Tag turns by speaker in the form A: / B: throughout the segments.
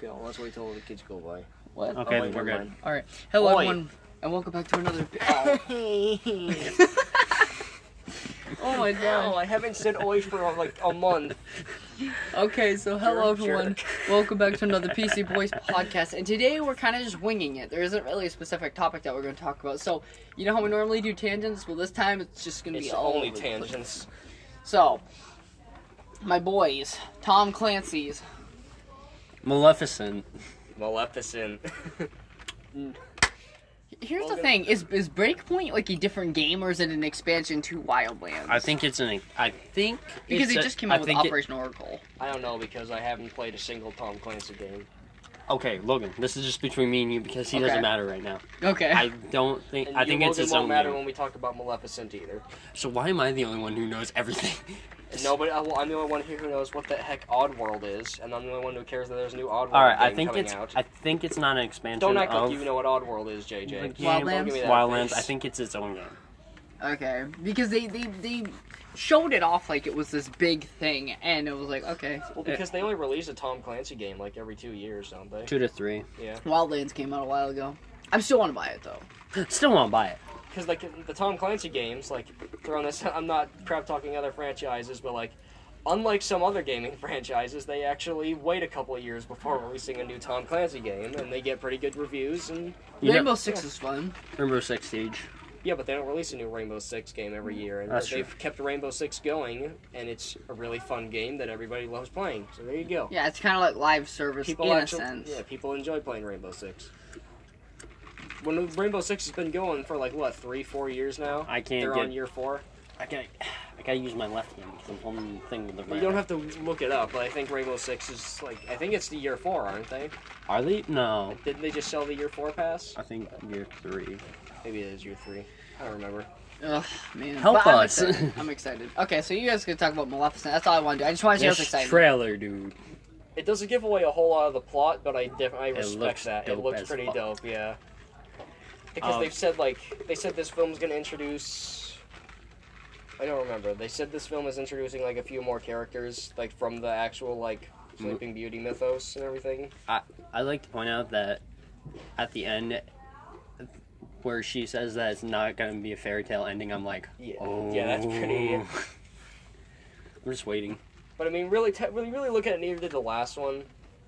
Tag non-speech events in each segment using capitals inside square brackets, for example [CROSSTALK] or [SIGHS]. A: go. That's what he told the kids go by.
B: What?
C: Okay,
A: Oh,
C: then
A: wait,
C: we're
A: never
C: good.
A: mind.
B: All right. Hello,
A: Oi.
B: everyone, and welcome back to another. oh my
A: No,
B: god.
A: I haven't said oi for like a month.
B: Okay, so hello,
A: You're a
B: everyone.
A: [LAUGHS]
B: Welcome back to another PC Boys podcast, and today we're kind of just winging it. There isn't really a specific topic that we're going to talk about. So, you know how we normally do tangents? Well, this time it's just going to be
A: It's
B: all
A: only
B: over the place.
A: tangents.
B: So, my boys, Tom Clancy's.
C: Maleficent.
A: Maleficent.
B: Here's
A: Welcome.
B: the thing: is is Breakpoint like a different game, or is it an expansion to Wildlands?
C: I think it's an. I think
B: because
C: it's
B: they
C: a-
B: just came
C: I
B: out with
C: think it-
B: Operation Oracle.
A: I don't know because I haven't played a single Tom Clancy game.
C: okay, Logan. This is just between me and you because he
B: Okay.
C: doesn't matter
B: [LAUGHS]
C: right now.
B: Okay.
C: I don't think.
A: And
C: I
A: you,
C: think it's
A: Logan,
C: his
A: won't
C: own.
A: matter
C: game.
A: when we talk about Maleficent either.
C: So why am I the only one who knows everything?
A: [LAUGHS] No, but I, well, I'm the only one here who knows what the heck Oddworld is, and I'm the only one who cares that there's a new Oddworld
C: All right.
A: game
C: I think
A: coming
C: it's.
A: out.
C: I think it's not an expansion.
A: Don't act
C: of
A: like you know what Oddworld is, JJ.
C: the game.
A: Don't give me that
C: Wildlands.
A: face.
C: I think it's its own game.
B: Okay, because they they they showed it off like it was this big thing, and it was like okay,
A: Well, because they only release a Tom Clancy game like every two years, don't they?
C: Two to three. [GASPS]
A: Yeah.
B: Eh. Wildlands came out a while ago. I'm still want to buy it though.
C: Still won't buy it.
A: Because like the Tom Clancy games, like throwing this, [LAUGHS] I'm not crap talking other franchises, but like. Unlike some other gaming [LAUGHS] franchises, they actually wait a couple of years before releasing a new Tom Clancy game, and they get pretty good reviews. And
C: You know-
B: Rainbow Six is fun.
C: Rainbow Six Siege.
A: yeah, but they don't release a new Rainbow Six game every year, and
C: That's
A: they've kept Rainbow Six going, and it's a really fun game that everybody loves playing. So there you go.
B: Yeah, it's kind of like live service
A: people
B: in a
A: actually,
B: sense.
A: yeah, people enjoy playing Rainbow Six. When Rainbow Six has been going for like what three, four years now.
C: I can't
A: They're
C: get-
A: on year four.
C: I gotta. [SIGHS] I gotta use my left hand. 'cause I'm holding the thing with the right.
A: You don't have to look it up, but I think Rainbow Six is like I think it's the year four, aren't they?
C: Are they? No.
A: Didn't they just sell the year four pass?
C: I think year three.
A: Maybe it is year three. I don't remember.
B: Ugh, man.
C: Help
B: I'm
C: us.
B: excited. I'm excited. Okay, so you guys could talk about Maleficent. That's all I want to do. I just want to see what's excited.
C: trailer, dude.
A: It doesn't give away a whole lot of the plot, but I def- I
C: looks
A: respect that. It
C: dope
A: looks
C: as
A: pretty
C: fuck.
A: dope, yeah. Because
C: Um,
A: they've said like they said this film's gonna introduce. I don't remember. They said this film is introducing like a few more characters, like from the actual like
C: Mm-hmm.
A: Sleeping Beauty mythos and everything.
C: I I like to point out that at the end, where she says that it's not gonna be a fairy tale ending, I'm like,
A: Yeah,
C: oh.
A: yeah, that's pretty. [LAUGHS]
C: I'm just waiting.
A: But I mean, really, te- really, really look at it. Neither did the last one.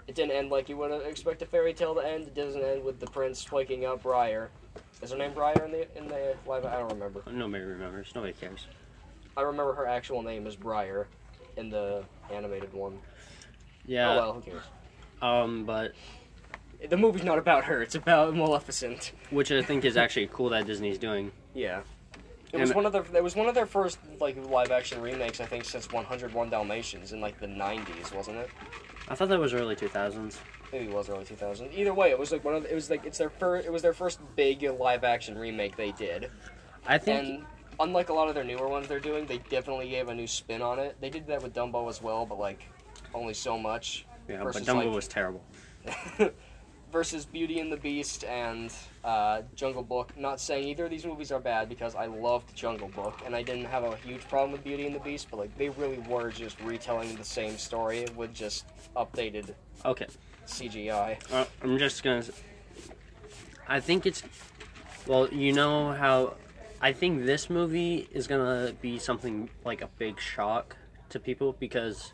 A: It didn't end like you would expect a fairy tale to end. It doesn't end with the prince waking up Briar. Is her name Briar in the in the live? I don't remember.
C: Nobody remembers. Nobody cares.
A: I remember her actual name is Briar in the animated one.
C: Yeah.
A: Oh well, who cares?
C: Um, but
A: The movie's not about her, it's about Maleficent.
C: which I think is actually cool that Disney's doing.
A: Yeah. It
C: And-
A: was one of their it was one of their first like live action remakes I think since 101 Dalmatians in like the 90s, wasn't it?
C: I thought that was early 2000s.
A: Maybe it was early 2000. Either way, it was like one of the, it was like it's their first it was their first big live action remake they did.
C: I think.
A: And unlike a lot of their newer ones they're doing, they definitely gave a new spin on it. They did that with Dumbo as well, but like only so much.
C: yeah, but
A: versus,
C: Dumbo
A: like-
C: was terrible.
A: versus Beauty and the Beast and uh, Jungle Book. Not saying either of these movies are bad because I loved Jungle Book and I didn't have a huge problem with Beauty and the Beast, but like they really were just retelling the same story with just updated
C: Okay.
A: CGI.
C: Uh, I'm just gonna. s- I think it's. Well, you know how. I think this movie is gonna be something like a big shock to people because,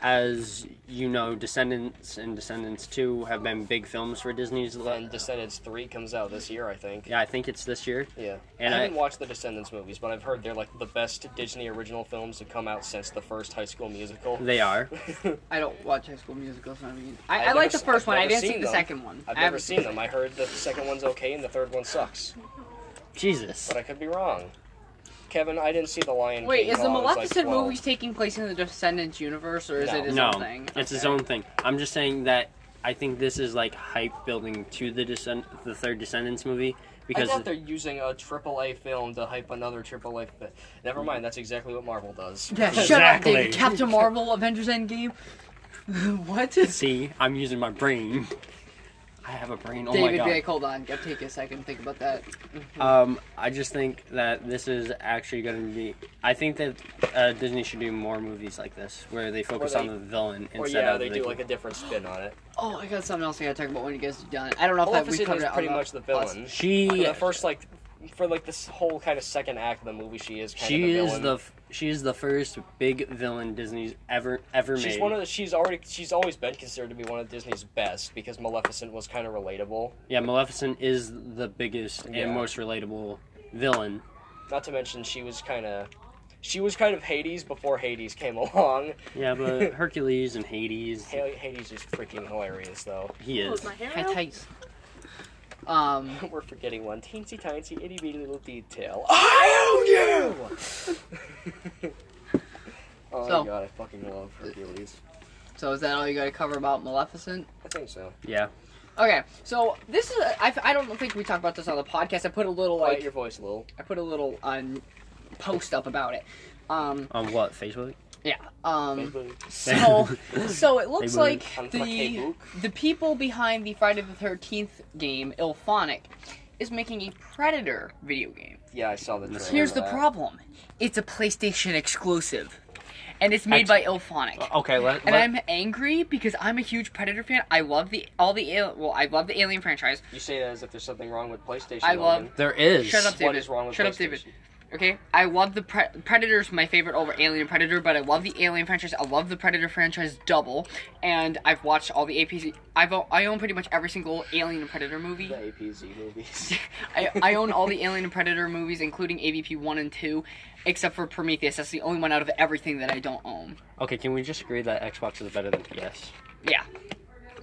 C: as you know, Descendants and Descendants 2 have been big films for Disney's. le-
A: And Descendants 3 comes out this year, I think.
C: Yeah, I think it's this year.
A: Yeah.
C: And
A: I
C: I-
A: haven't watched the Descendants movies, but I've heard they're like the best Disney original films to come out since the first High School Musical.
C: They are.
B: I don't watch High School Musicals. so I mean, I,
A: I've
B: I like
A: never
B: the
A: s-
B: 1st
A: I've
B: one. I
A: never
B: didn't see
A: seen
B: the
A: them.
B: second one.
A: I've
B: I
A: never
B: haven't
A: seen them. I heard the second one's okay and the third one sucks.
C: Jesus.
A: but I could be wrong. Kevin, I didn't see the Lion
B: Wait,
A: King.
B: is the
A: till I was, like,
B: Maleficent
A: 12.
B: movies taking place in the Descendants universe, or is
A: No.
B: it his
C: No,
B: own thing?
C: it's his
B: Okay.
C: own thing. I'm just saying that I think this is like hype building to the descend- the third Descendants movie
A: I
C: because
A: thought they're using a AAA film to hype another AAA. But never mind, that's exactly what Marvel does.
B: Yeah, shut up,
C: Exactly.
B: David. Captain Marvel, Avengers Endgame. [LAUGHS] what?
C: See, I'm using my brain. I have a brain. Oh
B: David,
C: my
B: be
C: god.
B: like, hold on, gotta take a second, to think about that.
C: Um, I just think that this is actually going to be. I think that uh, Disney should do more movies like this, where they focus
A: they-
C: on the villain
A: Or
C: [LAUGHS] instead
A: yeah,
C: of
A: they
C: the
A: do like a different spin on it.
B: Oh, I got something else I gotta talk about when you guys are done. I don't know if that
A: Maleficent
B: we covered
A: is
B: it on
A: pretty much the villain.
C: She
A: For the first like, for like this whole kind of second act of the movie, she is kind of the
C: she is
A: villain.
C: the f- she is the first big villain Disney's ever ever made.
A: She's one of the, she's already she's always been considered to be one of Disney's best because Maleficent was kind of relatable.
C: yeah, Maleficent is the biggest
A: Yeah.
C: and most relatable villain.
A: Not to mention she was kind of she was kind of Hades before Hades came [LAUGHS] along. [LAUGHS]
C: Yeah, but Hercules and Hades,
A: Ha- Hades is freaking hilarious though. [LAUGHS]
C: he
D: Oh,
C: is.
D: is my hair
B: Hi,
D: out?
B: Tice. Um,
A: We're forgetting one teensy tiny itty bitty little detail. I own you. oh
B: So-
A: my god, I fucking love Hercules.
B: so is that all you gotta cover about Maleficent?
A: I think so.
C: Yeah,
B: Okay, so this is I, I don't think we talked about this on the podcast. I put a little
A: Quiet
B: like
A: your voice,
B: [CLEARS THROAT]
A: Lil.
B: I put a little um, post up about it. Um,
C: on what Facebook?
B: yeah. Um,
A: Facebook.
B: so so it looks
C: They
B: like
A: believe. On
B: the
A: Facebook.
B: the people behind the Friday the Thirteenth game, Ilphonic, is making a Predator video game.
A: Yeah, I saw the trailer.
B: Here's
A: of
B: the
A: that.
B: problem: it's a PlayStation exclusive, and it's made by Ilphonic.
C: Okay, let,
B: And I'm angry because I'm a huge Predator fan. I love the all the al- well, I love the Alien franchise.
A: You say that as if there's something wrong with PlayStation.
B: I love-
A: Logan.
C: there is.
B: Shut up, David.
A: What is wrong with
B: Shut up,
A: PlayStation?
B: David. Okay, I love the pre- Predator's my favorite over Alien Predator, but I love the Alien franchise. I love the Predator franchise double, and I've watched all the APC. I've o- I own pretty much every single Alien and Predator movie.
A: The APZ movies.
B: [LAUGHS] I, I own all the Alien and Predator movies, including AVP one and two, except for Prometheus. That's the only one out of everything that I don't own.
C: Okay, can we just agree that Xbox is better than PS?
B: Yeah,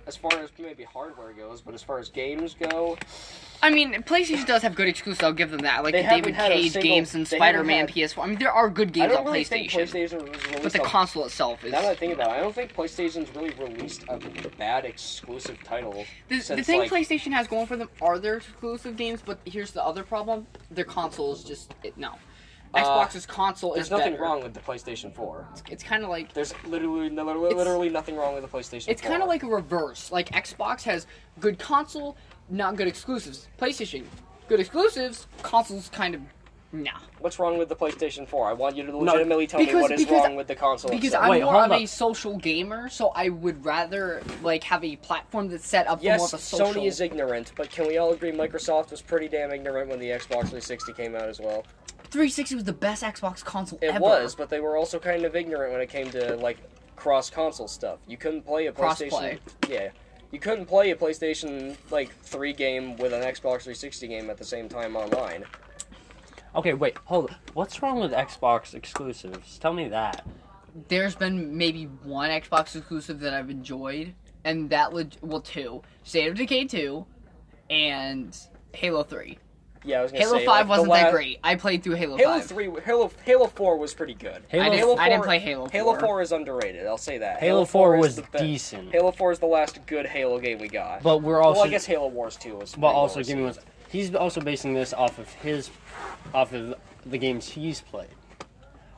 A: as far as maybe hardware goes, but as far as games go,
B: I mean PlayStation does have good exclusives. I'll give them that, like
A: They
B: the
A: haven't
B: David
A: had a
B: Cage
A: single-
B: games and
A: they haven't
B: Spider-Man
A: had-
B: PS4. I mean there are good
A: I
B: games on
A: don't really
B: PlayStation,
A: think PlayStation was released.
B: but the
A: a-
B: console itself is.
A: now that I think about it, I don't think PlayStation's really released a bad exclusive title.
B: The, the
A: since,
B: thing
A: like,
B: PlayStation has going for them are their exclusive games, but here's the other problem: their console is just it, no.
A: Uh,
B: Xbox's console
A: There's
B: is
A: nothing
B: better.
A: wrong with the PlayStation 4.
B: It's, kind of like
A: There's literally literally, literally nothing wrong with the PlayStation.
B: it's
A: 4.
B: kind of like a reverse. Like Xbox has good console, not good exclusives. PlayStation, good exclusives, consoles kind of nah.
A: what's wrong with the PlayStation 4? I want you to legitimately tell me
B: because-
A: what is
B: because-
A: wrong with the console.
B: Because
A: itself.
B: I'm
C: Wait,
B: more
C: hold
B: of
C: up.
B: a social gamer, so I would rather like have a platform that's set up for more
A: yes,
B: of a social.
A: Sony is ignorant, but can we all agree Microsoft was pretty damn ignorant when the Xbox 360 came out as well?
B: 360 was the best Xbox console
A: It
B: ever.
A: was, but they were also kind of ignorant when it came to like cross console stuff. You couldn't play a PlayStation.
B: Cross-play.
A: Yeah, you couldn't play a PlayStation like three game with an Xbox 360 game at the same time online.
C: Okay, wait, hold up. What's wrong with Xbox exclusives? Tell me that.
B: there's been maybe one Xbox exclusive that I've enjoyed, and that would well two, State of Decay two, and Halo three.
A: Yeah, I was gonna
B: Halo
A: say,
B: five
A: like, the
B: wasn't
A: la-
B: that great. I played through Halo,
A: Halo
B: five.
A: three, Halo, Halo four was pretty good.
C: Halo- I didn't-
A: Halo
B: I didn't play Halo
A: Halo
B: 4.
A: four is underrated. I'll say that.
C: Halo 4
A: is
C: was
A: the best-
C: decent.
A: Halo four is the last good Halo game we got.
C: But we're also.
A: well, I guess Halo Wars two was.
C: But
A: pretty
C: also,
A: well
C: give me
A: received.
C: what's. He's also basing this off of his. off of the games he's played.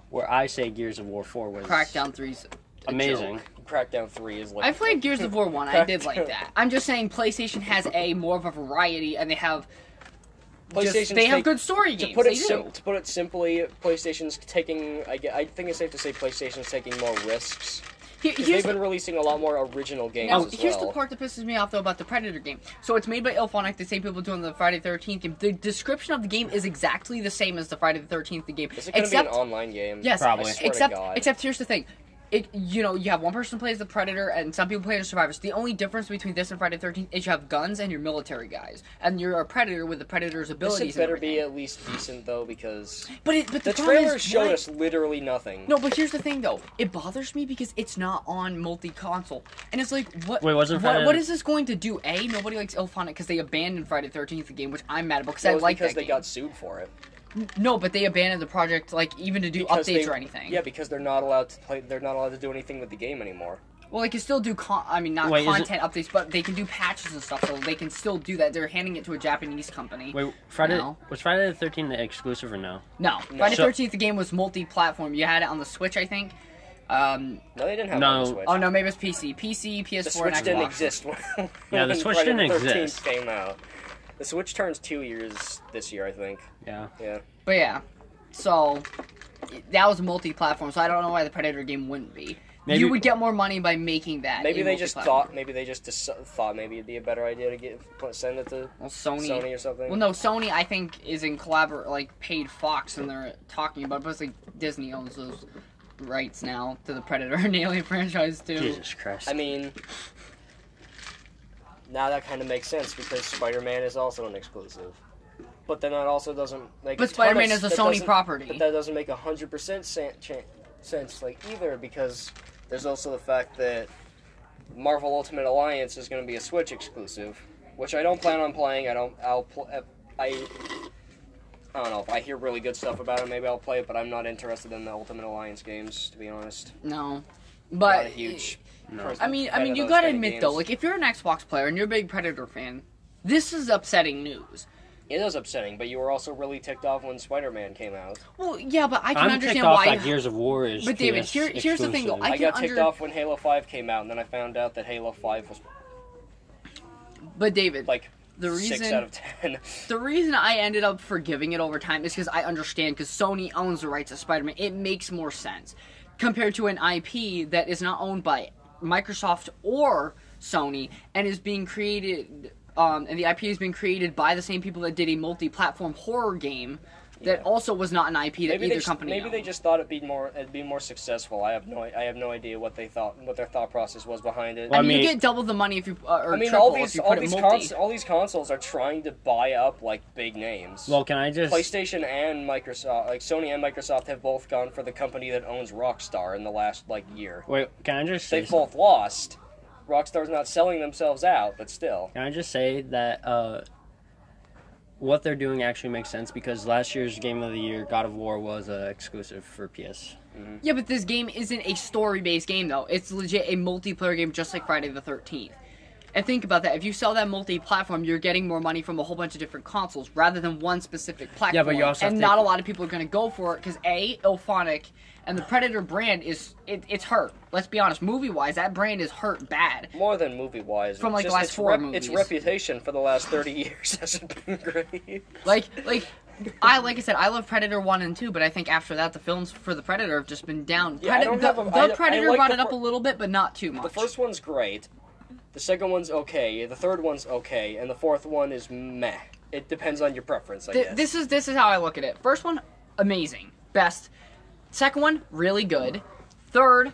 C: Where I say Gears of War 4 was.
B: Crackdown three's a
C: Amazing.
B: joke.
A: Crackdown three is like.
B: I played Gears of War one. I did like that. I'm just saying PlayStation has a more of a variety, and they have just-
A: PlayStation's
B: they have
A: take-
B: good story games.
A: To put
B: they
A: it sim-
B: do.
A: to put it simply, PlayStation's taking. I, gue- I think it's safe to say PlayStation's taking more risks.
B: Here-
A: 'Cause
B: here's
A: they've been releasing a lot more original games
B: Now,
A: as
B: here's
A: well.
B: the part that pisses me off though about the Predator game. So it's made by Ilphonic, the same people doing the Friday the 13th game. The description of the game is exactly the same as the Friday the 13th game.
A: Is it going to be an
B: Except
A: online game?
B: yes,
C: Probably. I
A: swear to
B: except
A: God.
B: except here's the thing. It, you know, you have one person plays the Predator and some people play as survivors. The only difference between this and Friday the 13th is you have guns and you're military guys. And you're a Predator with the Predator's
A: This
B: abilities.
A: had
B: and
A: better be
B: everything.
A: at least decent though, because
B: But, it, but the,
A: the trailer
B: problem is,
A: showed
B: why-
A: us literally nothing.
B: No, but here's the thing though. It bothers me because it's not on multi console, and it's like, what?
C: Wait, wasn't
B: what,
C: Friday-
B: what is this going to do? A, nobody likes Ilphonic because they abandoned Friday Thirteenth game, which I'm mad about because
A: That
B: I
A: was
B: like
A: because
B: that
A: they
B: game.
A: got sued for it.
B: No, but they abandoned the project, like even to do updates
A: Because they-
B: or anything.
A: Yeah, because they're not allowed to play. They're not allowed to do anything with the game anymore.
B: Well, they can still do con. I mean, not
C: Wait, isn't-
B: content updates, but they can do patches and stuff. So they can still do that. They're handing it to a Japanese company.
C: Wait, Friday.
B: No.
C: Was Friday the 13th exclusive or no?
B: No, Friday
C: So-
B: Thirteenth game was multi-platform. You had it on the Switch, I think, Um,
A: No, they didn't have
C: No.
A: no. on the Switch.
B: oh no, maybe it's PC, PC, PS4,
A: the Switch
B: and
A: didn't
B: Xbox.
A: exist when
C: [LAUGHS] Yeah, the
A: when
C: Switch didn't
A: Friday the 13th
C: exist.
A: Came out. The Switch turns two years this year, I think.
C: Yeah.
A: Yeah,
B: But yeah, so that was multi-platform. So I don't know why the Predator game wouldn't be.
C: Maybe-
B: you would get more money by making that.
A: maybe
B: a
A: they just
B: multi-platform.
A: thought. Maybe they just dis- thought maybe it'd be a better idea to get put- send it to
B: Well, Sony.
A: Sony or something.
B: Well, no, Sony I think is in collabor like paid Fox and they're talking about, it, but it's like Disney owns those rights now to the Predator [LAUGHS] and Alien franchise too.
C: Jesus Christ.
A: I mean, now that kind of makes sense because Spider-Man is also an exclusive. But then that also doesn't make.
B: But
A: a ton of-
B: Spider-Man is a
A: that
B: Sony
A: doesn't-
B: property.
A: But that doesn't make hundred percent sense, like either, because there's also the fact that Marvel Ultimate Alliance is going to be a Switch exclusive, which I don't plan on playing. I don't. I'll. Pl- I. I don't know. If I hear really good stuff about it, maybe I'll play it. But I'm not interested in the Ultimate Alliance games, to be honest.
B: No,
A: Not
B: but
A: a huge.
C: No.
B: I mean, I
A: fan
B: mean,
A: of
B: you
A: those
B: gotta
A: kind of
B: admit
A: games.
B: though, like if you're an Xbox player and you're a big Predator fan, this is upsetting news.
A: It is upsetting, but you were also really ticked off when Spider Man came out.
B: Well, yeah, but I can
C: I'm ticked
B: understand
C: off
B: why.
C: that Gears of War is.
B: But David,
C: PS
B: here- here's the thing, though.
A: I,
B: I
C: exclusive.
A: got
B: can
A: ticked
B: under-
A: off when Halo 5 came out, and then I found out that Halo 5 was
B: but David,
A: like
B: The
A: 6
B: reason-
A: out of 10.
B: The reason I ended up forgiving it over time is because I understand because Sony owns the rights to Spider-Man. It makes more sense compared to an IP that is not owned by Microsoft or Sony and is being created. Um, and the IP is being created by the same people that did a multi-platform horror game that
A: Yeah.
B: also was not an IP
A: [LAUGHS] maybe
B: that either
A: they just,
B: company.
A: maybe they
B: owned.
A: just thought it'd be more it'd be more successful. I have no I have no idea what they thought what their thought process was behind it.
C: Well,
A: I
B: I mean,
A: mean,
C: I
B: you
C: mean-
B: get double the money if you uh, or triple
A: all
B: if
A: these
B: you
A: all
B: put
A: these
B: it multi.
A: cons- all these consoles are trying to buy up like big names.
C: Well, can I just?
A: PlayStation and Microsoft, like Sony and Microsoft, have both gone for the company that owns Rockstar in the last like year.
C: Wait, can I just say?
A: They've both lost. Rockstar's not selling themselves out, but still.
C: Can I just say that uh, what they're doing actually makes sense because last year's game of the year, God of War, was uh, exclusive for PS.
B: Yeah, but this game isn't a story-based game though. It's legit a multiplayer game, just like Friday the Thirteenth. And think about that. If you sell that multi-platform, you're getting more money from a whole bunch of different consoles rather than one specific platform.
C: but you also have
B: and
C: to-
B: not a lot of people are going to go for it because a Ilphonic and the Predator brand is it, it's hurt. Let's be honest, movie-wise, that brand is hurt bad.
A: More than movie wise,
B: From, like, the last
A: its
B: four
A: Its
B: movies.
A: reputation for the last thirty [LAUGHS] years hasn't been great.
B: Like like. I like I said, I love Predator one and two, but I think after that the films for the Predator have just been down.
A: Yeah, I
B: Predator,
A: don't
B: the,
A: have a-
B: the
A: I- I
B: Predator
A: like
B: brought
A: the
B: it up
A: fir-
B: a little bit, but not too much.
A: The first one's great, the second one's okay, the third one's okay, and the fourth one is meh. It depends on your preference, I
B: Th-
A: guess.
B: this is this is how I look at it. First one, amazing, best. Second one, really good. Third,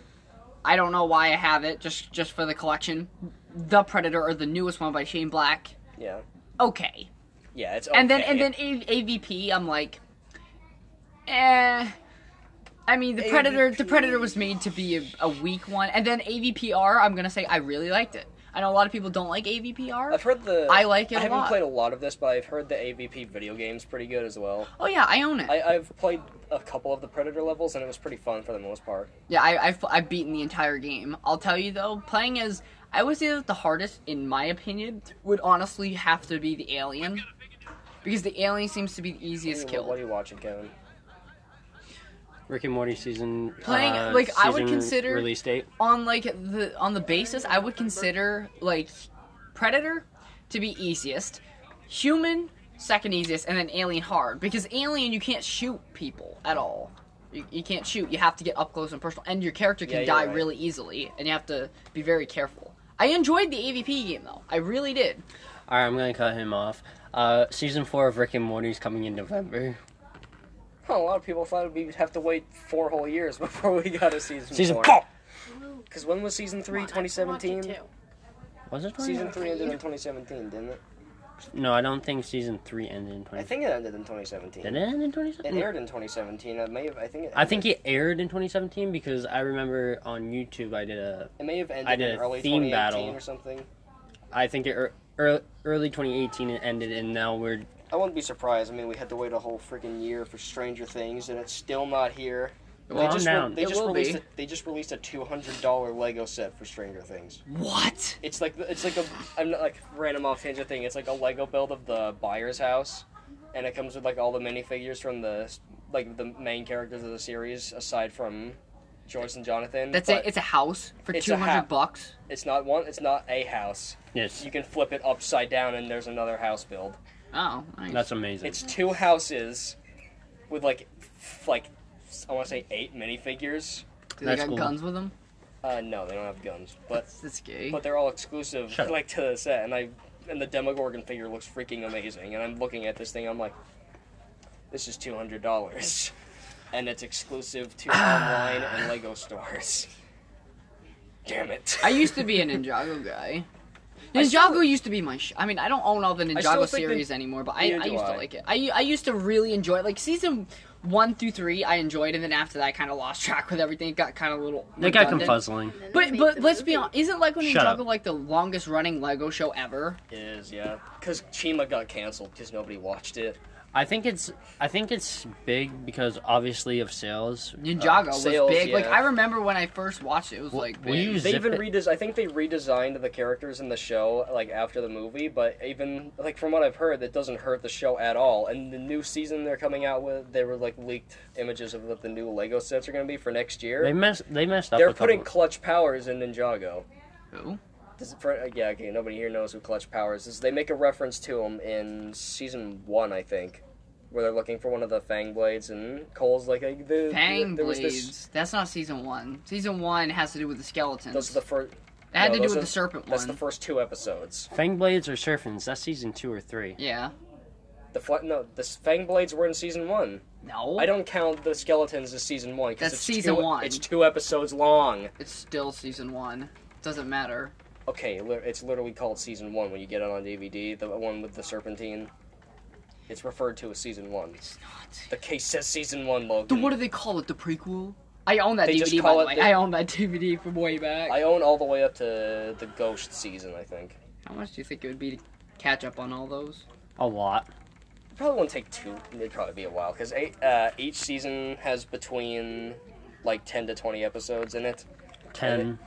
B: I don't know why I have it, just just for the collection. The Predator or the newest one by Shane Black.
A: yeah,
B: Okay.
A: yeah, it's okay.
B: And then and then A- AVP, I'm like, eh. I mean, the Predator the Predator was made to be a, a weak one, and then AVPR, I'm gonna say I really liked it. I know a lot of people don't like AVPR.
A: I've heard the.
B: I like it
A: I
B: a
A: haven't
B: lot.
A: played a lot of this, but I've heard the AVP video game's pretty good as well.
B: oh yeah, I own it.
A: I, I've played a couple of the Predator levels, and it was pretty fun for the most part.
B: Yeah, I, I've, I've beaten the entire game. I'll tell you though, playing as I would say that the hardest, in my opinion, would honestly have to be the alien, because the alien seems to be the easiest
A: What- What are
B: kill.
A: you watching, Kevin?
C: Rick and Morty season.
B: Playing-
C: uh,
B: like, I would
C: season
B: consider-
C: release date.
B: On like the on the basis, I would consider like predator to be easiest, human second easiest, and then alien hard because alien you can't shoot people at all. You, you can't shoot. You have to get up close and personal, and your character
A: Yeah,
B: can
A: you're
B: die
A: right.
B: really easily, and you have to be very careful. I enjoyed the AVP game though. I really did.
C: All right, I'm gonna cut him off. Uh, season four of Rick and Morty's coming in November.
A: Huh, a lot of people thought we'd have to wait four whole years [LAUGHS] before we got a season.
C: Season
A: four.
C: four.
A: Because when was season three? 2017.
C: Was it
A: Season
C: 20?
A: three ended in 2017, didn't it?
C: No, I don't think season three ended in 20.
A: I think it ended in 2017.
C: Did it end in
A: It
C: 2017?
A: aired in 2017. It may have. I think. It
C: I think
A: ended-
C: it aired in 2017 because I remember on YouTube I did a.
A: it may have ended
C: I did
A: in
C: a
A: early
C: theme
A: 2018
C: battle.
A: or something.
C: I think it er, ear- early 2018 it ended, and now we're
A: I wouldn't be surprised. I mean, we had to wait a whole freaking year for Stranger Things, and it's still not here.
C: Calm
A: they just,
C: down.
A: They
B: It
A: just
B: will
A: released
B: be.
A: A, they just released a two hundred dollar Lego set for Stranger Things.
B: What?
A: It's like the- it's like a I'm not like random off tangent thing. It's like a Lego build of the buyer's house, and it comes with like all the minifigures from the like the main characters of the series aside from George and Jonathan.
B: That's
A: but
B: it. It's a house for
A: It's a
B: two hundred
A: hou-
B: bucks.
A: it's not one. It's not a house.
C: Yes,
A: You can flip it upside down, and there's another house build.
B: Oh, nice.
C: that's amazing.
A: It's two houses, with like, f- like, I want to say eight minifigures.
B: Do they
C: that's
B: got
C: cool.
B: guns with them?
A: Uh, no, they don't have guns, but
B: That's, that's gay.
A: but they're all exclusive,
C: Shut up.
A: like to the set. And I and the Demogorgon figure looks freaking amazing. And I'm looking at this thing, I'm like, this is two hundred dollars, and it's exclusive to online
C: [SIGHS]
A: and Lego stores. Damn it!
B: I used to be a Ninjago guy.
A: [LAUGHS] I
B: Ninjago
A: still-
B: used to be my. Sh- I mean, I don't own all the
A: still
B: Ninjago
A: think the-
B: series anymore, but I,
A: Neither
B: I
A: do
B: used
A: I.
B: to like it. I, I used to really enjoy it. Like season one through three, I enjoyed, and then after that, I kind of lost track with everything. It got kind of little.
C: they got
B: redundant.
C: confuzzling.
B: But but let's be honest, isn't Lego
C: Shut
B: Ninjago
C: up.
B: like the longest running Lego show ever?
A: It is yeah, because Chima got canceled because nobody watched it.
C: I think it's I think it's big because obviously of sales.
B: Ninjago
A: Uh, sales,
B: was big. Like
A: yeah.
B: I remember when I first watched it, it was like
C: will you
B: big.
A: They
C: Zip
A: even
C: it.
A: redes I think they redesigned the characters in the show like after the movie, but even like from what I've heard, that doesn't hurt the show at all. And the new season they're coming out with, they were like leaked images of what the new Lego sets are going to be for next year.
C: They messed they messed up.
A: They're
C: a
A: putting
C: couple-
A: Clutch Powers in Ninjago.
B: Who?
A: Does it, for, uh, yeah, okay, nobody here knows who Clutch Powers is. They make a reference to him in season one, I think, where they're looking for one of the Fang Blades, and Cole's like, "Hey, the,
B: Fang
A: there was
B: Blades.
A: this.
B: That's not season one. Season one has to do with the skeletons.
A: Those are the first.
B: it had
A: no,
B: to do
A: those
B: with
A: are-
B: the serpent
A: That's
B: one.
A: the first two episodes.
C: Fang Blades or Surfins. That's season two or three.
B: yeah.
A: The fl- no, the Fang Blades were in season one.
B: No.
A: I don't count the skeletons as season one because
B: That's
A: it's
B: season
A: two,
B: one.
A: It's two episodes long.
B: It's still season one. Doesn't matter.
A: Okay, li- it's literally called season one when you get it on DVD. The one with the serpentine. It's referred to as season one.
B: It's not.
A: The case says season one, Logan.
B: Then what do they call it? The prequel? I own that
A: They just
B: DVD by
A: call
B: the
A: it
B: way.
A: the-
B: I own that [LAUGHS] DVD from way back.
A: I own all the way up to the ghost season. I think
B: How much do you think it would be to catch up on all those?
C: A lot.
A: it probably won't take two. It'd probably be a while because uh, each season has between like ten to twenty episodes in it.
C: Ten.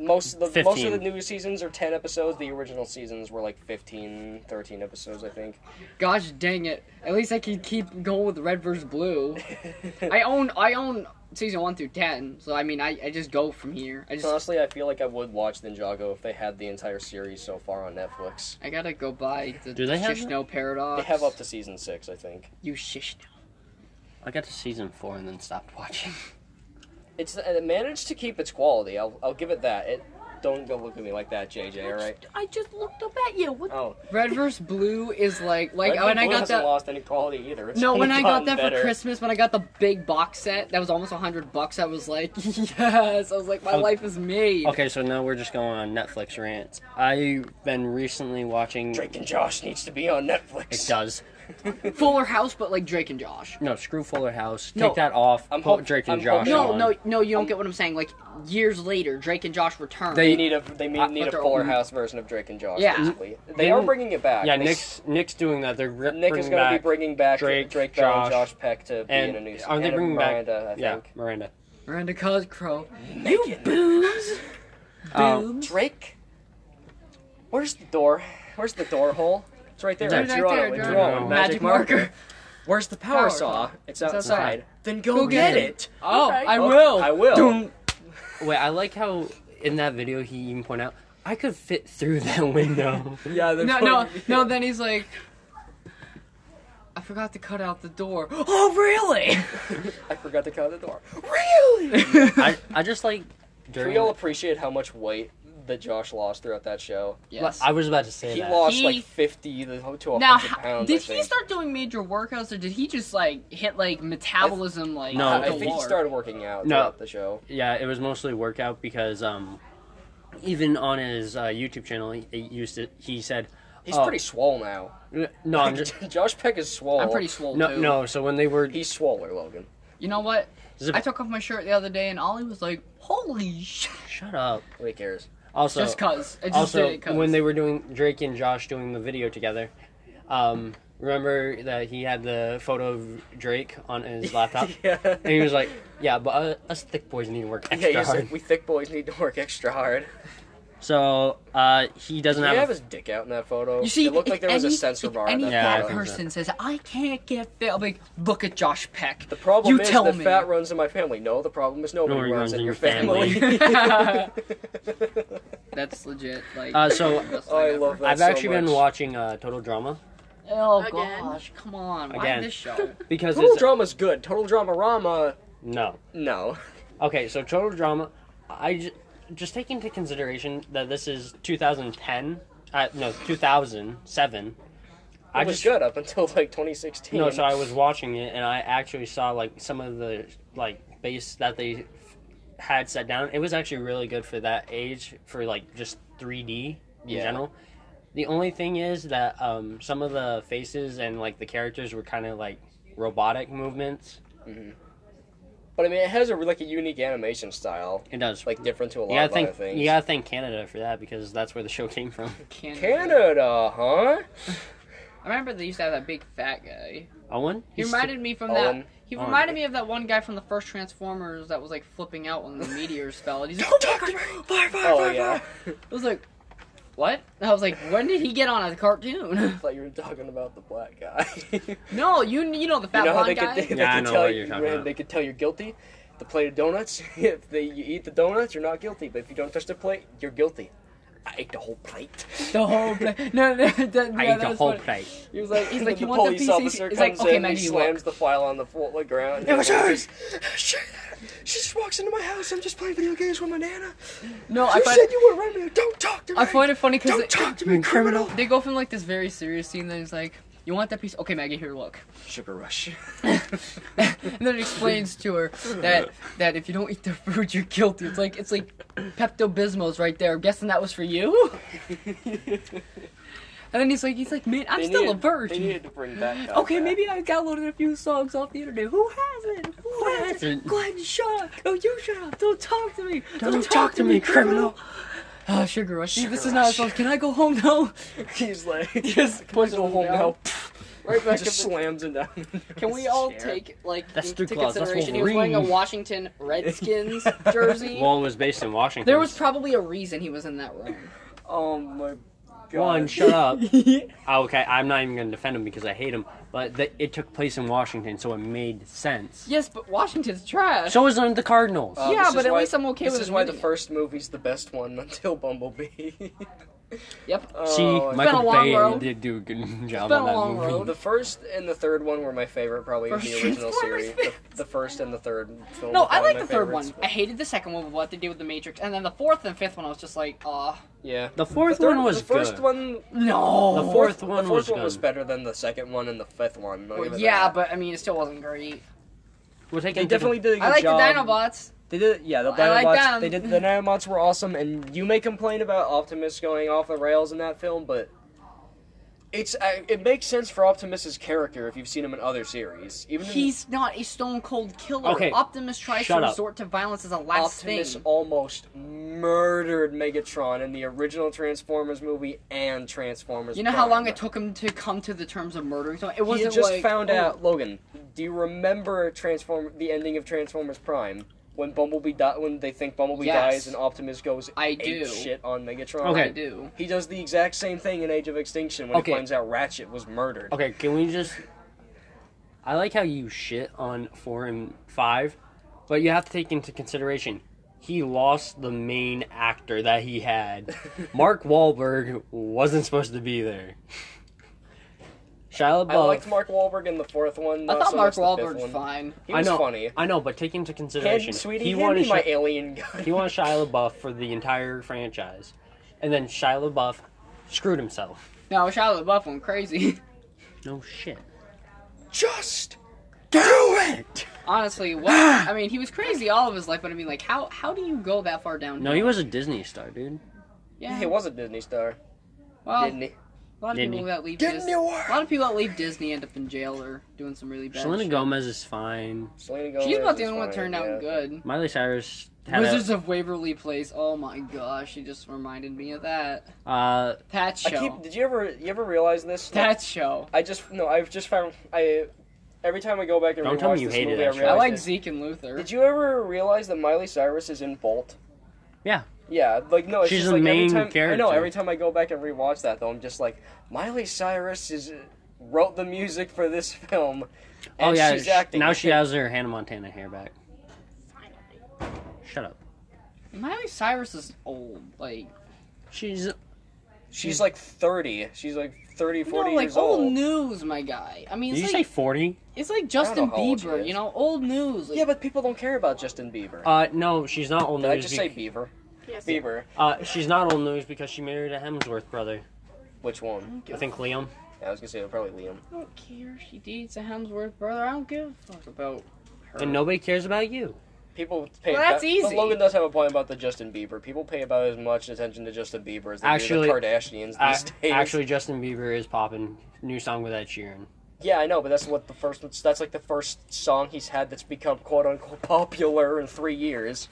A: Most of the most of the
C: 15.
A: new seasons are ten episodes. The original seasons were like 15, 13 episodes, I think.
B: Gosh dang it. At least I can keep going with red versus blue.
A: [LAUGHS]
B: I own I own season one through ten, so I mean I, I just go from here. I just
A: Honestly, I feel like I would watch Ninjago if they had the entire series so far on Netflix.
B: I gotta go by the
C: Do they have
B: shish no paradox.
A: They have up to season six, I think.
B: you shish no.
C: I got to season four and then
A: [LAUGHS]
C: stopped watching.
A: It's uh, it managed to keep its quality. I'll I'll give it that. It don't go look at me like that, JJ. All right.
B: I just looked up at you. What
A: Oh,
B: Red versus blue is like like
A: Red
B: when
A: Bull
B: I got
A: hasn't
B: that
A: lost any quality either. It's
B: No, when
A: only
B: I got
A: gotten
B: that
A: better.
B: for Christmas, when I got the big box set that was almost hundred bucks, I was like, [LAUGHS] yes. I was like, my
C: Oh.
B: life is made.
C: Okay, so now we're just going on Netflix rants. I've been recently watching.
A: Drake and Josh needs to be on
C: It
A: Netflix.
C: does.
B: Fuller House, but like Drake and Josh.
C: No, screw Fuller House. Take
B: No.
C: that off.
A: I'm
C: put
A: hope-
C: Drake and
A: I'm
C: Josh
A: hoping-
B: No,
C: on.
B: no, no. You don't get what I'm saying. Like years later, Drake and Josh return.
A: They
C: They-
A: need a they need,
C: Uh,
A: need a
B: but they're
A: Fuller
B: old.
A: House version of Drake and Josh.
B: Yeah.
A: basically. they are
C: Then-
A: bringing it back.
C: Yeah,
A: They-
C: Nick's Nick's doing that. They're re-
A: Nick is
C: bringing
A: going to
C: back
A: be bringing back
C: Drake,
A: Drake, Bell, and
C: Josh,
A: Josh Peck to be in a new
C: and
A: season.
C: aren't they
A: and
C: bringing back?
A: Miranda, I
C: yeah,
A: think.
C: Miranda.
B: Miranda Cosgrove. You boobs.
C: Um,
B: boobs.
A: Drake? Where's the door? Where's the door hole? It's right there.
C: Right
A: I drew on
B: there,
A: it with
B: Jordan.
A: draw on it.
C: Magic
B: Magic marker.
A: Where's the power,
B: Power
A: saw?
B: saw.
A: It's
B: outside.
A: outside. Then go,
B: Go
A: get,
B: get
A: it.
B: Oh,
A: Okay.
B: I
A: Okay,
B: will.
A: I [LAUGHS] will.
C: Doom. Wait, I like how in that video he even pointed out I could fit through [LAUGHS] that window.
A: Yeah. they're
B: [LAUGHS] No, no,
A: fucking- [LAUGHS]
B: no. Then he's like, I forgot to cut out the door. [GASPS] Oh, really? [LAUGHS]
A: I forgot to cut the door.
B: really?
C: I, I just like
A: Can
C: during.
A: we all appreciate how much weight that Josh lost throughout that show?
B: yes.
C: I was about to say
A: He
C: that.
A: lost
B: He-
A: like fifty to hundred
B: now, h-
A: pounds. I
B: did he
A: think.
B: start doing major workouts, or did he just like hit like metabolism like
C: No.
A: I think he
B: galore?
A: started working out
C: No.
A: throughout the show.
C: Yeah, it was mostly workout because um, even on his uh, YouTube channel, he, he used to. He said
A: He's
C: Oh.
A: pretty swole now.
C: no. I'm
A: [LAUGHS]
C: just
A: Josh Peck is swole.
B: I'm pretty swole
C: no
B: too.
C: no. So when they were
A: He's swoller, Logan.
B: You know what?
C: Zip-
B: I took off my shirt the other day, and Ollie was like, "Holy shit!"
C: shut up.
A: Nobody cares.
C: Also,
B: just cause. I just did
C: also
B: it 'cause.
C: when they were doing Drake and Josh doing the video together, um, remember that he had the photo of Drake on his laptop,
A: [LAUGHS] yeah.
C: and he was like, "Yeah, but uh, us thick boys need to work
A: Yeah,
C: extra
A: he's
C: hard."
A: like, we thick boys need to work extra hard.
C: So uh, he doesn't
A: Did he have
C: have. a-
A: his dick out in that photo?
B: You see,
A: it looked like
B: if
A: there was
B: any-
A: a sensor
B: if
A: bar. in
B: Any
A: that
C: Yeah,
B: fat
C: I
A: photo.
C: think so.
B: person says, "I can't get fat," I'm like, look at Josh Peck.
A: The problem
B: you
A: is
B: tell
A: that
B: me.
C: [LAUGHS]
A: fat runs in my family. No, the problem is nobody
C: Nobody
A: runs in your family.
B: [LAUGHS]
A: [LAUGHS]
B: That's legit. Like,
C: Uh, so-
B: that's
A: Oh, I
B: like-
A: love that.
C: I've
A: so
C: actually been
A: much.
C: watching uh, Total Drama
B: Oh
D: Again.
B: gosh, come on! Why
C: Again.
B: this show?
C: because
A: Total
C: it's
A: drama's good. Total drama rama.
C: no.
A: No. [LAUGHS]
C: Okay, so total drama. I j- just take into consideration that this is 2010. Uh, no, 2007.
A: It
C: I
A: was
C: just
A: good up until like 2016.
C: no. So I was watching it, and I actually saw like some of the like base that they had set down. It was actually really good for that age, for like just 3D in
A: Yeah.
C: general. The only thing is that um, some of the faces and like the characters were kind of like robotic movements.
A: but I mean, it has a like a unique animation style,
C: It does.
A: like different to a lot
C: you gotta
A: of
C: thank
A: other things.
C: you gotta thank Canada for that because that's where the show [LAUGHS] came from.
B: Canada.
A: Canada, [LAUGHS] huh?
B: I remember they used to have that big fat guy.
C: Owen.
B: He
C: He's-
B: reminded me from
A: Owen.
B: that. He
C: Owen.
B: reminded me of that one guy from the first Transformers that was like flipping out when the meteors fell. And he's like, "Oh
A: Fire, fire, oh yeah.
B: I was like, what? I was like, when did he get on a
A: [LAUGHS]
B: cartoon? [LAUGHS]
A: I thought you were talking about the black guy. [LAUGHS] you
B: no, you you know the fat
A: know how
B: blonde
A: they
B: guy.
A: could, they,
C: Yeah, I
A: could
C: know
A: tell
C: what you're
A: you
C: talking about.
A: they could tell you're guilty. The plate of donuts. [LAUGHS] if they you eat the donuts, you're not guilty. But if you don't touch the plate, you're guilty. I ate the whole [LAUGHS] plate.
B: the whole plate. No, [LAUGHS] no, that, yeah,
C: I ate
B: that
C: the
B: was
C: whole
B: funny.
C: plate.
B: He was like, he's like,
A: the
B: you want the
A: police
B: PCC?
A: officer
B: He's
A: comes
B: like, okay,
A: in,
B: man,
A: he
B: you
A: slams
B: look.
A: the file on the floor, the ground.
C: It was hers!
A: [LAUGHS] She, she just walks into my house. I'm just playing video games with my nana.
B: No, I find
A: you were around me. Don't talk to
B: I find it funny because
A: to me, criminal.
B: they go from like this very serious scene that he's like, you want that piece? Okay, Maggie, here, look.
A: Sugar rush.
B: [LAUGHS] and then it explains to her that that if you don't eat their food, you're guilty. It's like it's like Pepto Bismol's right there. I'm guessing that was for you. [LAUGHS] and then he's like, he's like, man, I'm still a
A: They
B: virgin.
A: needed to bring back.
B: okay, maybe I downloaded a few songs off the internet. Who has it? Who has it?
C: hasn't?
B: Glenn, shut up! No, you shut up! Don't talk to me!
C: Don't talk to
B: [LAUGHS]
C: me, criminal.
B: Oh, Sugar Rush. See, this
A: Sugar
B: is not
A: Rush.
B: supposed. Can I go home now?
A: [LAUGHS] He's like,
B: Yes.
A: please go home now. [LAUGHS]
B: Right back
A: Just
B: up.
A: slams him down.
B: Can we all
A: Chair.
B: take like
C: That's
B: into
C: Stu Claus, that's
B: consideration he was wearing a
C: Wolverine.
B: Washington Redskins jersey?
C: Well, it was based in Washington.
B: there was probably a reason he was in that room.
A: [LAUGHS] Oh my god. [LAUGHS]
C: one.
B: [LAUGHS]
C: Shut up. Oh, okay, I'm not even gonna defend him because I hate him. But the, it took place in Washington, so it made sense.
B: Yes, but Washington's trash.
C: So was the Cardinals.
A: Uh,
B: Yeah,
A: this
B: but
A: is
B: at
A: why-
B: least I'm okay
A: this
B: with
A: is
B: him
A: why the
B: doing it.
A: first movie's the best one [LAUGHS] until Bumblebee.
B: yep.
A: Oh,
C: See,
A: I-
B: a
C: Michael
B: long
C: Bay
B: road.
C: did do a good [LAUGHS] job
B: been
C: on
B: a
C: that
B: long
C: movie.
B: road.
A: The first and the third one were my favorite, probably of
B: First
A: the original
B: Transformers
A: series. The, the first and the third film.
B: no,
A: were
B: I
A: probably
B: like
A: my
B: the third
A: favorites,
B: one.
A: but-
B: I hated the second one with what they did with the Matrix, and then the fourth and fifth one, I was just like, ah,
A: Yeah.
C: The fourth
A: third-
C: one was
A: the first
C: good.
A: one.
B: no.
C: The fourth
A: the
C: one
A: fourth
C: was
A: one
C: good.
A: was better than the second one and the fifth one. I'll
B: Well,
A: give it
B: yeah,
A: that.
B: but I mean, it still wasn't great.
C: We'll take
A: they
C: into
A: definitely did a good
B: I like the
A: job.
B: Dinobots.
A: They did, yeah. The
B: I like
A: Dinobots.
B: them.
A: they did. The Dinobots were awesome, and you may complain about Optimus going off the rails in that film, but it's I, it makes sense for Optimus's character if you've seen him in other series. Even in
B: He's not a stone cold killer.
C: Okay,
B: Optimus tries
C: shut
B: to
C: up.
B: resort to violence as a last
A: Optimus
B: thing.
A: almost murdered Megatron in the original Transformers movie and Transformers.
B: You know how long
A: Prime.
B: it took him to come to the terms of murdering someone? It
A: He
B: wasn't
A: just
B: like,
A: found
B: oh,
A: out, Logan. Do you remember Transform the ending of Transformers Prime when Bumblebee di- when they think Bumblebee
B: Yes.
A: dies and Optimus goes
B: I
A: ape
B: do.
A: shit on Megatron?
B: I
C: Okay.
B: do.
A: He does the exact same thing in Age of Extinction when
C: Okay.
A: he finds out Ratchet was murdered.
C: Okay, can we just? I like how you shit on four and five, but you have to take into consideration he lost the main actor that
A: [LAUGHS]
C: he had. Mark Wahlberg wasn't supposed to be there. Shia LaBeouf.
A: I liked Mark Wahlberg in the fourth one.
B: I
A: not
B: thought
A: Oh, so much
B: Mark
A: the fifth
B: Wahlberg's
A: one.
B: fine.
A: He was
C: I know,
A: funny.
C: I know, but take into
A: Hand,
C: consideration
A: sweetie,
C: he
A: hand
C: wanted
A: me my
C: Shia,
A: alien gun.
C: he wanted Shia LaBeouf for the entire franchise, and then Shia LaBeouf screwed himself.
B: No, Shia LaBeouf went crazy. [LAUGHS]
C: No shit.
A: Just do it. [SIGHS]
B: Honestly, what? I mean, he was crazy all of his life, but I mean, like, how how do you go that far down?
C: No, he was a Disney star, dude.
B: Yeah,
A: He was a Disney star,
B: Well,
A: didn't he?
B: a lot of
C: Didn't
B: people
C: he?
B: that leave
A: Didn't
B: Disney,
A: he
B: a
A: work?
B: lot of people that leave Disney end up in jail or doing some really bad.
C: Selena
B: shit.
C: Gomez is fine.
A: Selena Gomez.
B: She's about the
A: is
B: only one that
A: funny,
B: turned
A: yeah.
B: out good.
C: Miley Cyrus had a-
B: Wizards of Waverly Place. Oh my gosh, she just reminded me of that.
C: Uh,
B: That show.
A: I keep. Did you ever? You ever realize this? Like,
B: That show.
A: I just no. I've just found. I every time I go back and
C: Don't
A: rewatch
C: tell me you
A: this
C: hated
A: movie,
C: that
A: I
C: show.
A: realize
B: I like
A: this.
B: Zeke and Luther.
A: Did you ever realize that Miley Cyrus is in Bolt?
C: yeah.
A: Yeah, like no, it's
C: She's
A: just
C: the
A: like every
C: main
A: time I know
C: character.
A: every time I go back and rewatch that though, I'm just like Miley Cyrus is uh, wrote the music for this film, and
C: oh yeah,
A: she's
C: sh-
A: acting.
C: now
A: in
C: she
A: it.
C: has her Hannah Montana hair back. Shut up.
B: Miley Cyrus is old. Like,
C: She's
A: She's like 30. She's like 30, 40
B: no, like
A: years
B: old
A: old.
B: news, my guy. I mean,
C: Did
B: it's
C: you
B: like
C: say 40?
B: it's
A: don't know
B: like Justin
A: how old she
B: Bieber.
A: is.
B: You know, old news. Like,
A: Yeah, but people don't care about Justin Bieber.
C: Uh, no, she's not old
A: Did
C: news.
A: I just say
C: bec-
A: Beaver?
D: Yes.
A: Bieber.
C: uh, she's not old news because she married a Hemsworth brother.
A: Which one?
C: I think Liam.
A: Yeah, I was gonna say probably Liam.
B: I don't care. She dates a Hemsworth brother. I don't give a fuck about her.
C: And nobody cares about you.
A: People pay.
B: Well, that's
A: but- But
B: easy.
A: Logan does have a point about the Justin Bieber. People pay about as much attention to Justin Bieber as they
C: Actually-
A: do the Kardashians
C: A-
A: these days.
C: actually, Justin Bieber is popping. New song with Ed Sheeran.
A: Yeah, I know, but that's what the first. That's like the first song he's had that's become quote unquote popular in three years.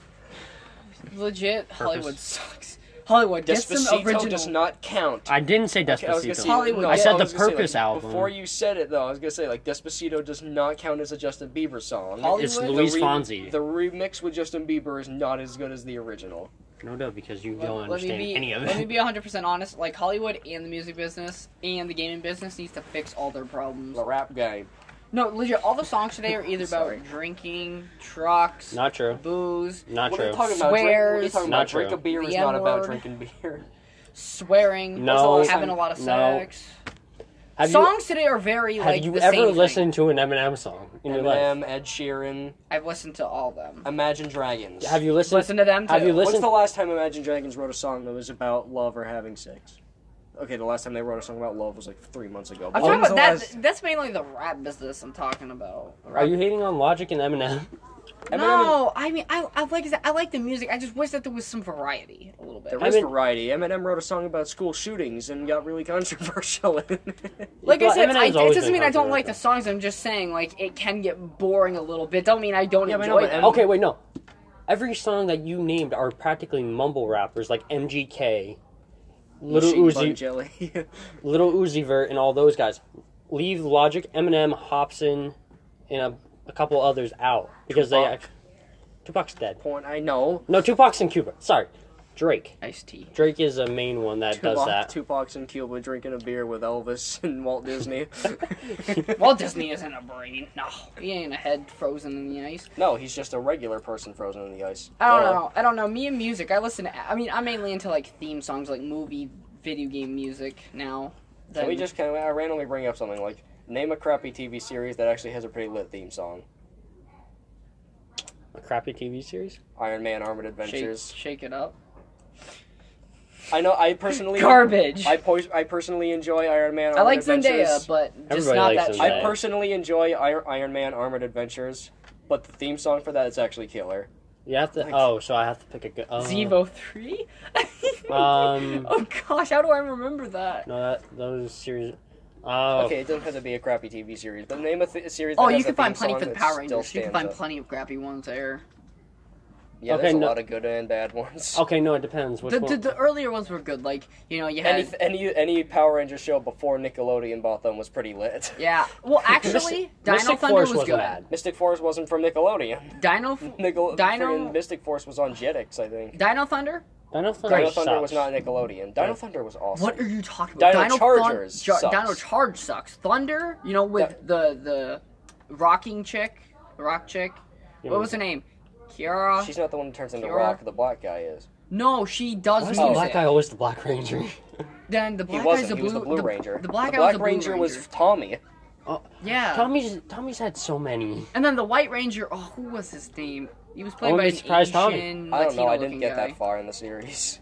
B: Legit, Hollywood sucks. Hollywood gets some original.
A: Despacito does
B: [LAUGHS]
A: not count.
C: I didn't say
A: Okay, I was gonna
C: Despacito.
A: say,
B: Hollywood.
A: no,
B: I
C: said
A: was gonna
C: the
A: say, like,
C: Purpose album.
A: Before you said it, though, I was gonna say like Despacito does not count as a Justin Bieber song.
B: Hollywood-
C: it's
B: The
C: Luis
A: the
C: Fonsi.
A: The remix with Justin Bieber is not as good as the original.
C: no, no, because you
B: Let-
C: don't
B: let me
C: understand
B: be,
C: any of
B: Let me
C: it.
B: be 100% honest. Like, Hollywood and the music business and the gaming business needs to fix all their problems.
A: The rap guy.
B: No, legit, all the songs today are either
A: Sorry.
B: about drinking, trucks,
C: Not true.
B: booze,
C: Not
A: what are
C: true.
A: you talking about? Drink, what are you
B: Swears.
A: talking
C: Not
A: about? Drink
C: true.
A: a beer is
B: The
A: not about
B: N-word.
A: drinking beer.
B: swearing,
C: No.
B: having a lot of
C: No.
B: sex.
C: Have
B: songs today are very
C: you, have
B: like
C: you
B: the
C: ever
B: same
C: listened to an Eminem song in your life?
A: Eminem, Ed Sheeran,
B: Thing. I've listened to all them.
A: Imagine Dragons.
C: Have you listened?
B: Listen to them. Too.
C: have you listened-
A: When's the last time Imagine Dragons wrote a song that was about love or having sex? Okay, the last time they wrote a song about love was like three months ago.
B: I'm
A: When
B: talking
A: was the
B: about that.
A: last-
B: That's mainly the rap business I'm talking about.
C: Are you hating on Logic and Eminem?
A: Eminem
B: No, I mean, I, I like I like the music. I just wish that there was some variety a little bit.
A: There is
C: Emin-
A: variety. Eminem wrote a song about school shootings and got really [LAUGHS] controversial. in it.
B: Like I
C: Well,
B: said,
C: Eminem's
B: I, it
C: always
B: doesn't
C: been
B: mean I don't like the
C: controversial.
B: songs. I'm just saying, like, it can get boring a little bit. Don't mean I don't
A: Yeah, but I know,
B: enjoy
A: but
B: them.
A: Eminem-
C: Okay, wait, no. Every song that you named are practically mumble rappers like MGK, Little
A: Machine Bun
C: Uzi,
A: Jelly. [LAUGHS]
C: Little Uzi Vert, and all those guys. Leave Logic, Eminem, Hobson, and a, a couple others out because they.
A: Tupac.
C: act- Tupac's dead.
A: Point. I know.
C: No, Tupac's in Cuba. Sorry, Drake.
B: Ice tea.
C: Drake is a main one that does
A: Tupac,
C: that.
A: Tupac's in Cuba drinking a beer with Elvis [LAUGHS] and Walt
C: [LAUGHS]
A: Disney.
B: Walt Disney isn't a brain. No, he ain't a head frozen in the ice.
A: no, he's just a regular person frozen in the ice.
B: I don't
A: Uh,
B: know. I don't know. Me and music. I listen. To, I mean, I'm mainly into like theme songs, like movie, video game music now.
A: Can we
B: Then-
A: just kind of I randomly bring up something like name a crappy TV series that actually has a pretty lit theme song?
C: A crappy TV series.
A: Iron Man Armored
B: shake,
A: Adventures.
B: shake it up?
A: I know. I personally
B: [LAUGHS] Garbage.
A: I pos- I personally enjoy Iron Man. Armored
B: I like
A: Adventures.
B: Zendaya, but just
C: Everybody
B: not that.
C: likes Zendaya.
A: I
B: show.
C: per-
A: personally enjoy Iron Iron Man Armored Adventures, but the theme song for that is actually killer.
C: You have to.
A: Like-
C: Oh, so I have to pick a good. Uh,
B: Zevo three. [LAUGHS]
C: Um.
B: oh gosh, how do I remember that?
C: No, that those series. Oh,
A: Okay, it doesn't have to be a crappy TV series, but name a, th- a series. That
B: Oh,
A: has
B: you
A: a theme
B: can find plenty
A: song
B: for the
A: that
B: Power
A: still
B: Rangers. You can
A: stands
B: find
A: up.
B: plenty of crappy ones there.
A: Yeah,
C: Okay,
A: there's a
C: no-
A: lot of good and bad ones.
C: okay. No, it depends. Which
B: The,
C: one?
B: the, the earlier ones were good. Like you know, you had
A: Any, any any Power Ranger show before Nickelodeon bought them was pretty
C: [LAUGHS]
A: lit. [LAUGHS]
B: yeah. Well, actually, Dino
C: Mystic
B: Thunder
C: Force
B: was
C: wasn't
B: good.
C: bad.
A: Mystic Force wasn't from Nickelodeon. [LAUGHS]
B: Dino
A: Nickel-
B: Dino
A: friggin' Mystic Force was on Jetix, I think.
B: Dino Thunder.
C: Dino Thunder,
A: Dino Thunder
C: sucks.
A: was not Nickelodeon. Dino Thunder was awesome.
B: What are you talking about?
A: Dino
B: Thun-
A: Chargers
B: Ju-
A: sucks.
B: Dino Charge sucks. Thunder, you know, with the the rocking chick, the rock chick.
C: Yeah,
B: What was her name? Kiara.
A: She's not the one who turns into
B: Kiara?
A: Rock. The black guy is.
B: No, she does
C: Why is
B: music.
C: the black Oh, guy always the
B: [LAUGHS]
C: Black Ranger?
B: Then the
A: He
B: black guy's
A: wasn't.
B: a
A: he
B: blue.
A: was the Blue
B: the-
A: Ranger.
B: The black, guy was a blue
A: Ranger was
B: Ranger.
A: Tommy.
B: Oh, Yeah.
C: Tommy's Tommy's had so many.
B: And then the White Ranger, oh, who was his name? He was played
C: wouldn't
B: by
C: be
B: an
C: surprised, Tommy.
B: Asian,
A: I don't know. I didn't
B: Latino-looking
A: get
B: guy.
A: that far in the series.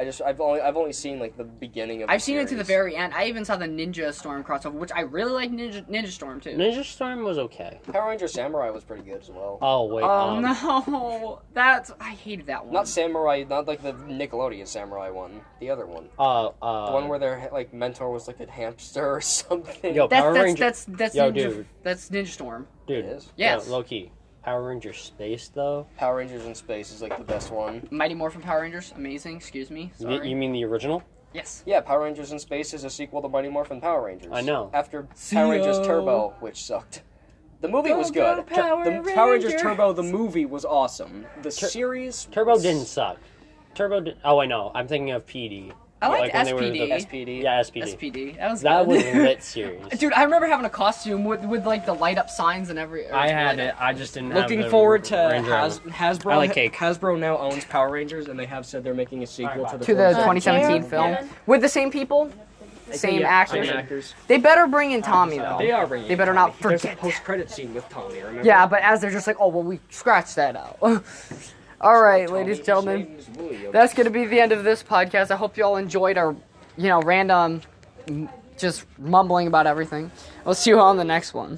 A: I just I've only I've only seen like the beginning of.
B: I've
A: the
B: seen it to the
A: series.
B: very end. I even saw the Ninja Storm crossover, which I really like Ninja Ninja Storm too.
C: Ninja Storm was okay.
A: Power Ranger Samurai was pretty good as well.
C: Oh wait,
B: oh
C: um,
B: no, [LAUGHS] that's I hated that one.
A: not Samurai, not like the Nickelodeon Samurai one. The other one,
C: uh, uh,
A: the one where their like mentor was like a hamster or [LAUGHS] something.
C: yo,
B: that's
C: Power
B: that's,
C: Ranger,
B: that's that's
C: Yo,
B: Ninja
C: dude.
B: that's Ninja Storm.
A: It
C: dude,
A: is.
B: Yes.
C: yeah, low key. Power Ranger Space though.
A: Power Rangers in Space is like the best one.
B: Mighty Morphin Power Rangers, amazing. Excuse me.
C: You,
B: Sorry.
C: you mean the original?
B: yes.
A: Yeah, Power Rangers in Space is a sequel to Mighty Morphin Power Rangers.
C: I know.
A: After
B: CO.
A: Power Rangers Turbo, which sucked. The movie was
B: E Go,
A: good.
B: go,
A: Tur-
B: Power
A: the Power Rangers
B: Rangers.
A: Turbo, the movie was awesome. The series
C: Turbo didn't suck. Turbo. Di- oh, I know. I'm thinking of PD.
E: I liked
C: when they were
E: SPD.
C: the-
A: SPD.
C: yeah, SPD.
E: SPD. That was
C: That
E: good.
B: [LAUGHS]
C: was lit series.
E: Dude, I remember having a costume with, with like the light up signs and every. or
C: I
E: light
C: had
E: up-
C: it. I just didn't. have
A: Looking
C: the
A: forward to
C: Ranger
A: Has-
C: Rover.
A: Hasbro.
C: I like cake.
A: Hasbro now owns Power Rangers, and they have said they're making a sequel
C: Alright,
A: to the
B: to the
A: first-
F: Uh,
B: 2017
F: Jared,
B: film
F: Kevin?
B: with the same people, same
C: yeah,
A: Same
B: actors.
C: I mean-
A: actors.
B: They better bring in Tommy though.
A: They are bringing.
B: They better
A: Tommy.
B: not
A: There's
B: forget
A: a post-credit scene with Tommy. Remember?
B: Yeah, but as they're just like, oh well, we scratched that out. [LAUGHS] All right,
A: Tommy,
B: ladies
A: his
B: and gentlemen,
A: name is William.
B: that's gonna be the end of this podcast. I hope you all enjoyed our, you know, random, m- just mumbling about everything. We'll see you all on the next one.